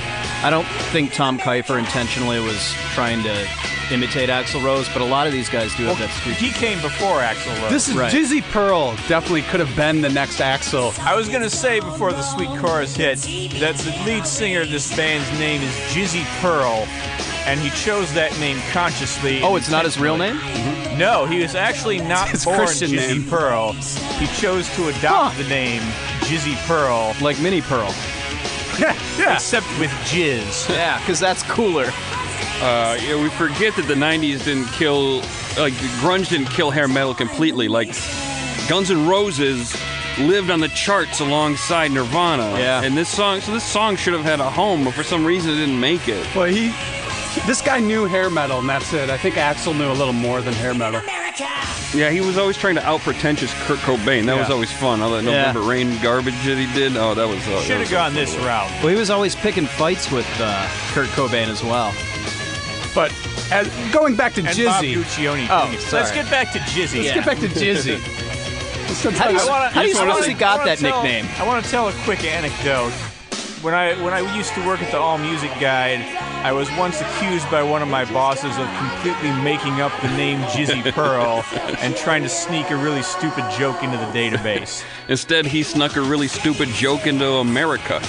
S5: I don't think Tom Kiefer intentionally was trying to imitate Axel Rose, but a lot of these guys do have that screechy.
S2: he came before Axel Rose.
S4: This is
S5: Right.
S4: Dizzy Pearl. Definitely could have been the next Axel.
S2: I was gonna say before the sweet chorus hit that the lead singer of this band's name is Jizzy Pearl, and he chose that name consciously.
S5: Oh, it's not his real name.
S2: No, he was actually not
S4: It's his
S2: born
S4: Christian
S2: Jizzy
S4: name.
S2: Pearl. He chose to adopt the name Jizzy Pearl,
S5: Like Mini Pearl.
S2: except with jizz.
S5: Yeah, because that's cooler.
S3: Uh, yeah, we forget that the '90s didn't kill, like grunge didn't kill hair metal completely. Like Guns N' Roses lived on the charts alongside Nirvana.
S5: Yeah.
S3: And this song, so this song should have had a home, but for some reason it didn't make it.
S4: Well, he. This guy knew hair metal, and that's it. I think Axel knew a little more than hair metal.
S3: Yeah, he was always trying to out pretentious Kurt Cobain. That was
S4: Yeah.
S3: always fun. All that
S5: Yeah.
S3: November Rain garbage that he did. Oh, that was. Uh,
S2: Should
S3: that was
S2: have
S3: so
S2: gone
S3: fun.
S2: this route.
S5: Well, he was always picking fights with uh, Kurt Cobain as well.
S4: But as, going back to
S2: And Bob
S4: Jizzy,
S2: Guccione.
S5: Oh,
S2: too.
S5: sorry.
S2: let's get back to Jizzy.
S4: let's get back to Jizzy. Let's go
S5: How do you-
S4: talk-
S2: I wanna-
S5: How do you
S2: I wanna
S5: suppose
S2: say-
S5: he got
S2: I wanna
S5: that
S2: tell-
S5: nickname?
S2: I want to tell a quick anecdote. When I when I used to work at the All Music Guide, I was once accused by one of my bosses of completely making up the name Jizzy Pearl and trying to sneak a really stupid joke into the database.
S3: Instead, he snuck a really stupid joke into America.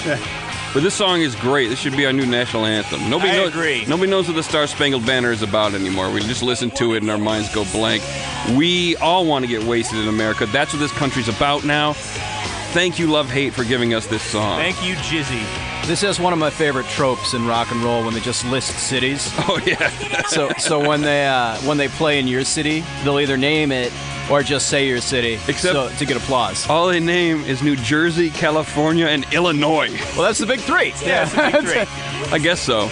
S3: But this song is great. This should be our new national anthem. Nobody
S2: I
S3: knows.
S2: agree.
S3: Nobody knows what the Star Spangled Banner is about anymore. We just listen to it and our minds go blank. We all want to get wasted in America. That's what this country's about now. Thank you, Love Hate, for giving us this song.
S2: Thank you, Jizzy.
S5: This is one of my favorite tropes in rock and roll when they just list cities.
S3: oh yeah.
S5: So, so when they uh, when they play in your city, they'll either name it or just say your city,
S3: Except-
S5: so, to get applause.
S3: all they name is New Jersey, California, and Illinois.
S5: Well, that's the big three.
S2: Yeah, it's a victory.
S3: I guess so.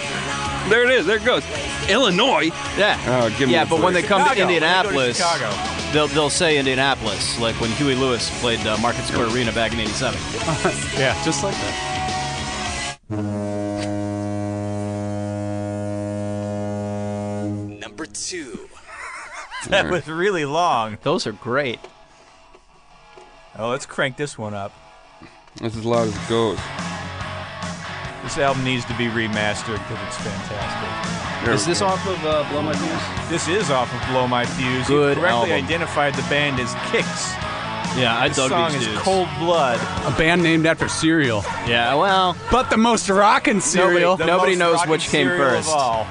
S3: There it is. There it goes. Illinois.
S5: Yeah.
S3: Oh, give me
S5: yeah,
S3: a
S5: but when they
S3: break.
S5: come to
S2: Chicago, when they go to
S5: Indianapolis,
S2: Chicago.
S5: they'll they'll say Indianapolis, like when Huey Lewis played uh, Market Square Arena back in '87.
S2: Yeah, just like that.
S6: Number two.
S2: That was really long.
S5: Those are great.
S2: Oh, let's crank this one up.
S3: That's as loud as it goes.
S2: This album needs to be remastered because it's fantastic.
S3: There
S5: Is
S3: we
S5: this
S3: go.
S5: off of uh, Blow My Fuse?
S2: This is off of Blow My Fuse.
S5: Good
S2: you correctly
S5: album.
S2: identified the band as Kicks.
S5: Yeah, I
S2: This
S5: dug
S2: song
S5: these
S2: is
S5: dudes.
S2: Cold Blood.
S4: A band named after cereal,
S5: Yeah, well,
S4: but the most rockin' cereal.
S2: the
S5: Nobody
S2: most
S5: knows
S2: rockin'
S5: which came
S2: cereal of
S5: first.
S2: all.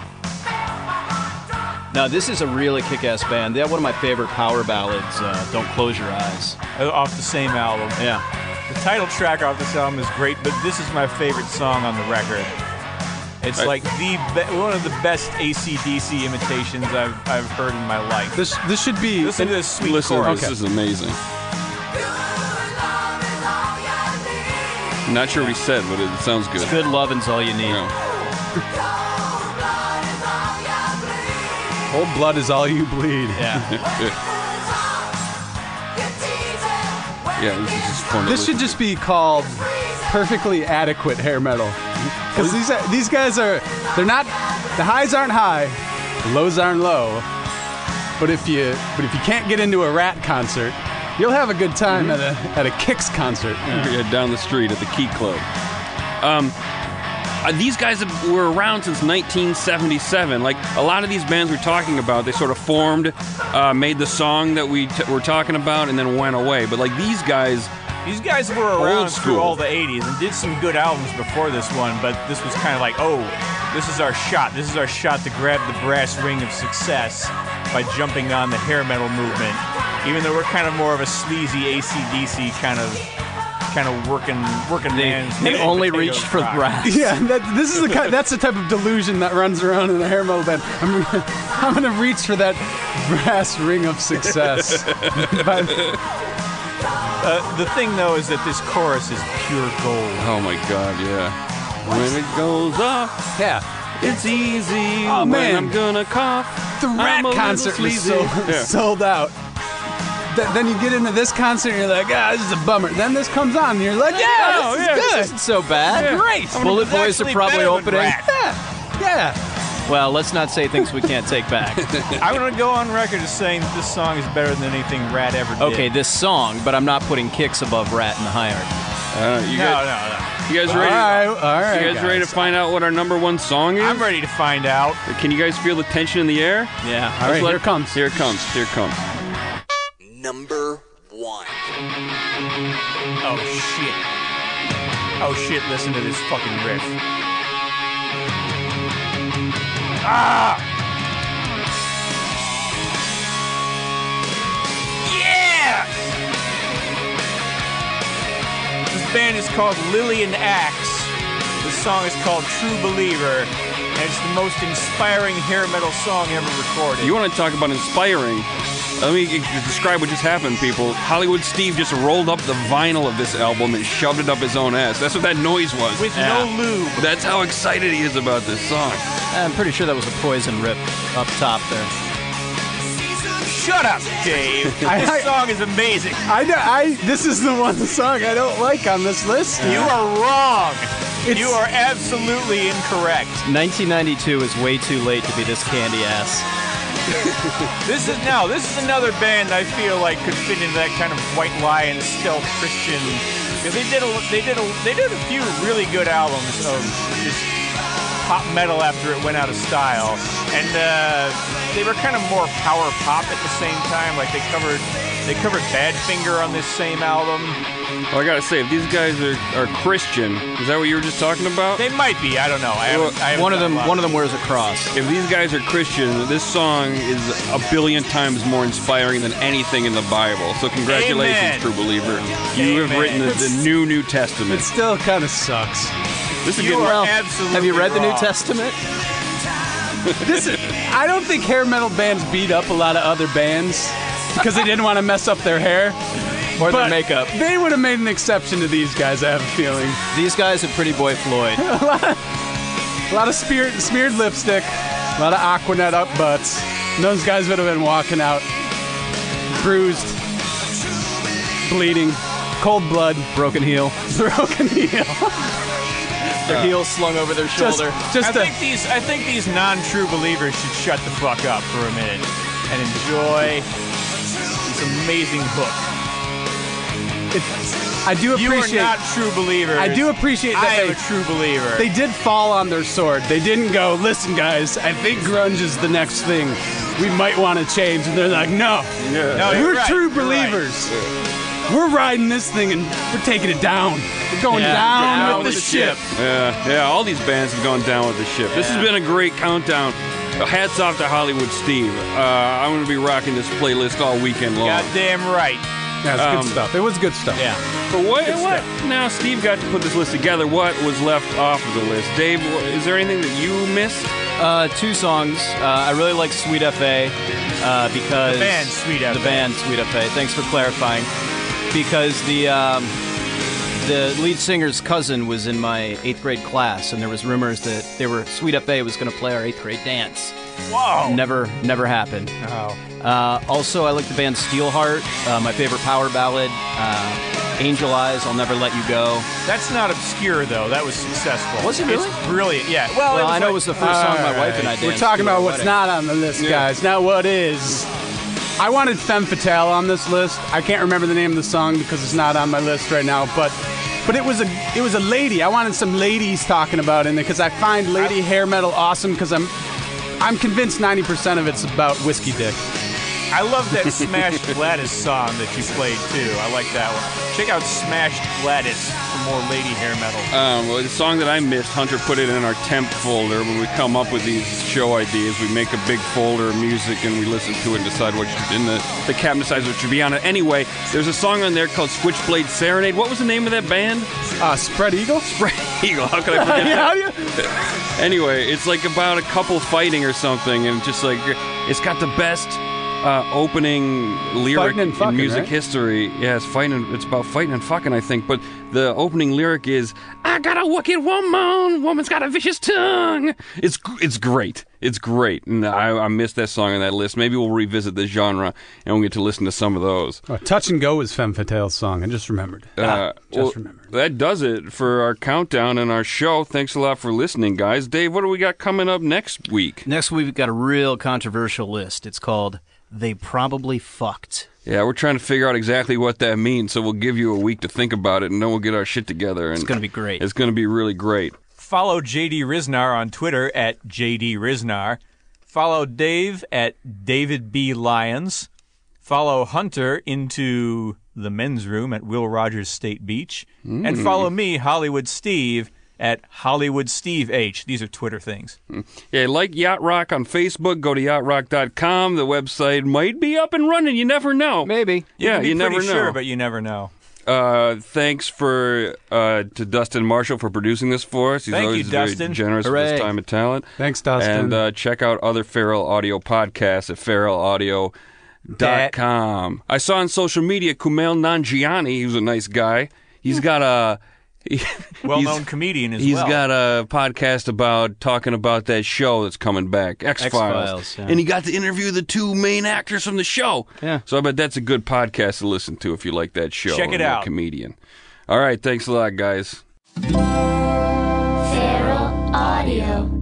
S5: now this is a really kick-ass band. They have one of my favorite power ballads, uh, "Don't Close Your Eyes."
S2: Uh, Off the same album.
S5: Yeah,
S2: The title track off this album is great, but this is my favorite song on the record. It's
S3: I-
S2: like the be- one of the best ACDC imitations I've, I've heard in my life.
S4: This this should be.
S2: Listen to this sweet
S3: Listen, to
S2: chorus.
S3: this is amazing. Not sure what he said, but it sounds good.
S5: good lovin's all you need.
S3: Yeah.
S4: Old blood is all you bleed.
S5: Yeah,
S3: Yeah, this is just fun. to
S4: This should
S3: listen
S4: just be called perfectly adequate hair metal. Because these are- these guys are they're not the highs aren't high, the lows aren't low. But if you but if you can't get into a Rat concert, you'll have a good time at a at a Kicks concert.
S3: to. Yeah, down the street at the Key Club. Um, uh, these guys have, were around since 1977. Like a lot of these bands we're talking about, they sort of formed, uh, made the song that we t- were talking about, and then went away. But like these guys,
S2: These guys were around
S3: school.
S2: through all the 80s and did some good albums before this one, but this was kind of like, oh, this is our shot. This is our shot to grab the brass ring of success by jumping on the hair metal movement. Even though we're kind of more of a sleazy ACDC kind of kind of working working
S5: they,
S2: man's
S5: they
S2: meat and
S5: only
S2: potatoes
S5: reached for
S2: rock.
S5: brass.
S4: Yeah, that, this is the kind, that's the type of delusion that runs around in a hair metal band. I'm, I'm gonna reach for that brass ring of success. but
S2: Uh, the thing though is that this chorus is pure gold.
S3: oh my god, yeah. When it goes off,
S4: yeah,
S3: it's easy.
S4: Oh,
S3: when
S4: man.
S3: I'm gonna cough.
S4: the
S3: I'm
S4: Rat
S3: a little
S4: concert was
S3: sleazy.
S4: so,
S3: Yeah.
S4: sold out. Th- then you get into this concert and you're like, ah, this is a bummer. Then this comes on and you're
S5: Uh,
S4: like, yeah,
S3: Yeah,
S4: this
S3: yeah,
S4: is good.
S5: This isn't so bad.
S4: Great.
S5: Bullet Boys are
S2: actually
S5: probably
S2: better than
S5: opening.
S2: Rat.
S4: Yeah, yeah.
S5: Well, let's not say things we can't take back.
S2: I'm gonna go on record as saying that this song is better than anything Rat ever did.
S5: Okay, this song, but I'm not putting kicks above Rat in the hierarchy.
S3: Uh, you,
S2: No,
S3: guys,
S2: no, no.
S3: you guys
S4: All
S3: ready?
S4: right, all right.
S3: you guys ready to find out what our number one song is?
S2: I'm ready to find out.
S3: Can you guys feel the tension in the air?
S5: Yeah.
S4: All right,
S3: Let's let-
S4: here it comes.
S3: Here it comes. Here it comes.
S6: Number one.
S2: Oh shit. Oh shit, listen to this fucking riff. Ah! Yeah! This band is called Lillian Axe. The song is called True Believer, and it's the most inspiring hair metal song ever recorded.
S3: You want to talk about inspiring? Let me describe what just happened, people. Hollywood Steve just rolled up the vinyl of this album and shoved it up his own ass. That's what that noise was.
S2: With no lube.
S3: That's how excited he is about this song.
S5: I'm pretty sure that was a poison rip up top there.
S2: Shut up, Dave.
S4: I-
S2: this song is amazing.
S4: I, know- I, this is the one song I don't like on this list.
S2: You are wrong.
S4: It's-
S2: you are absolutely incorrect.
S5: 1992 is way too late to be this candy ass.
S2: This is now. This is another band I feel like could fit into that kind of white lion stealth Christian. Because they did a, they did a, they did a few really good albums of just pop metal after it went out of style, and uh, they were kind of more power pop at the same time. Like they covered they covered Badfinger on this same album.
S3: Well, I gotta say, if these guys are, are Christian, is that what you were just talking about?
S2: They might be. I don't know. I haven't, I haven't
S5: One of
S2: done
S5: them,
S2: a lot
S5: one of them wears a cross.
S3: If these guys are Christian, this song is a billion times more inspiring than anything in the Bible. So congratulations,
S2: Amen.
S3: true believer. You have
S2: Amen.
S3: written the, the new New Testament.
S4: It still kind of sucks.
S3: this is
S2: You are
S3: getting
S5: Well,
S2: absolutely
S5: have you read the New
S2: wrong.
S5: Testament?
S4: This is, I don't think hair metal bands beat up a lot of other bands because they didn't want to mess up their hair.
S5: Or
S4: But
S5: their makeup?
S4: They would have made an exception to these guys, I have a feeling.
S5: These guys are Pretty Boy Floyd.
S4: A lot of speared, smeared lipstick, a lot of Aquanet up butts. And those guys would have been walking out bruised, bleeding, cold blood,
S5: Broken heel.
S4: broken heel.
S5: Their heels slung over their
S4: Just,
S5: shoulder.
S4: just
S2: I
S4: a,
S2: think these I think these non-true believers should shut the fuck up for a minute and enjoy this amazing hook.
S4: it's, I do
S2: You are
S4: appreciate.
S2: not true believers.
S4: I do appreciate that
S2: I am
S4: they-
S2: a true believer.
S4: They did fall on their sword. They didn't go, listen, guys, I think grunge is the next thing. We might want to change. And they're like, no,
S2: no, Oh, you're
S4: we're
S2: right, you're
S4: true
S2: right.
S4: believers. We're riding this thing and we're taking it down. We're going
S5: Yeah,
S4: down,
S2: down
S4: with
S2: with
S4: the,
S2: the
S4: ship.
S3: Yeah, yeah, all these bands have gone down with the ship. This has been a great countdown. Hats off to Hollywood Steve. Uh, I'm going to be rocking this playlist all weekend long.
S2: Goddamn right.
S4: Yeah, it's
S3: Um,
S4: good stuff. It was good stuff.
S5: Yeah.
S3: But what, what? Now, Steve got to put this list together. What was left off of the list? Dave, wh- is there anything that you missed?
S5: Uh, two songs. Uh, I really like Sweet FA uh, because
S2: The band Sweet
S5: The
S2: FA.
S5: band Sweet FA. Thanks for clarifying. Because the um, the lead singer's cousin was in my eighth grade class, and there was rumors that they were Sweet FA was going to play our eighth grade dance.
S2: Whoa.
S5: Never, never happened.
S2: Oh.
S5: Uh, also, I like the band Steelheart. Uh, my favorite power ballad, uh, Angel Eyes. I'll never let you go.
S2: That's not obscure though. That was successful.
S5: Was it
S2: It's
S5: really?
S2: brilliant. Yeah. Well,
S5: Well, I
S2: Oh,
S5: know
S2: like-
S5: it was the first song my wife and I did.
S4: We're talking about what's not on the list, guys, not what is. I wanted Femme Fatale on this list. I can't remember the name of the song because it's not on my list right now, but but it was a it was a lady. I wanted some ladies talking about it in there because I find lady hair metal awesome because I'm I'm convinced 90% of it's about whiskey dick.
S2: I love that Smash Gladys song that you played too. I like that one. Check out Smash Gladys for more lady hair metal.
S3: Um, well, the song that I missed, Hunter put it in our temp folder. When we come up with these show ideas, we make a big folder of music and we listen to it and decide what should, in the, the cabinet size what should be on it. Anyway, there's a song on there called Switchblade Serenade. What was the name of that band?
S4: Uh, spread eagle?
S3: Red Eagle. How could I forget
S4: Yeah,
S3: that?
S4: how do you-
S3: Anyway, it's like about a couple fighting or something, and just like it's got the best uh, opening lyric
S4: Fighting and fucking,
S3: in music
S4: right?
S3: history. Yeah, it's fighting. It's about fighting and fucking, I think. But the opening lyric is, "I got a wicked woman. Woman's got a vicious tongue." It's gr- it's great. It's great, and I, I missed that song on that list. Maybe we'll revisit this genre and we'll get to listen to some of those.
S4: Oh, Touch and Go is Femme Fatale's song. I just remembered.
S3: Uh,
S4: just
S3: well,
S4: remembered.
S3: That does it for our countdown and our show. Thanks a lot for listening, guys. Dave, what do we got coming up next week?
S5: Next week, we've got a real controversial list. It's called They Probably Fucked.
S3: Yeah, we're trying to figure out exactly what that means, so we'll give you a week to think about it, and then we'll get our shit together. And
S5: It's going to be great.
S3: It's going to be really great.
S2: Follow JD Riznar on Twitter at JD Riznar. Follow Dave at David B. Lyons. Follow Hunter into the men's room at Will Rogers State Beach. And follow me, Hollywood Steve, at Hollywood Steve H. These are Twitter things.
S3: Yeah, like Yacht Rock on Facebook. Go to yachtrock.com. The website might be up and running. You never know.
S5: Maybe.
S3: Yeah,
S2: You'd be
S3: you never know.
S2: pretty sure, but you never know.
S3: uh, thanks for uh, to Dustin Marshall for producing this for us. He's
S2: Thank you,
S3: always
S2: Dustin.
S3: very generous with
S5: Hooray.
S3: his time and talent.
S4: Thanks, Dustin.
S3: And uh, check out other Feral Audio podcasts at feralaudio.com. Dot com. I saw on social media Kumail Nanjiani, who's a nice guy. He's got a
S2: Hmm. Well-known
S3: he's-
S2: comedian as
S3: He's
S2: well.
S3: got a podcast about talking about that show that's coming back, X Files,
S5: X-Files, yeah.
S3: and he got to interview the two main actors from the show.
S5: Yeah.
S3: So I bet that's a good podcast to listen to if you like that show.
S2: Check it
S3: and that
S2: out.
S3: comedian. All right, thanks a lot, guys.
S1: Feral Audio.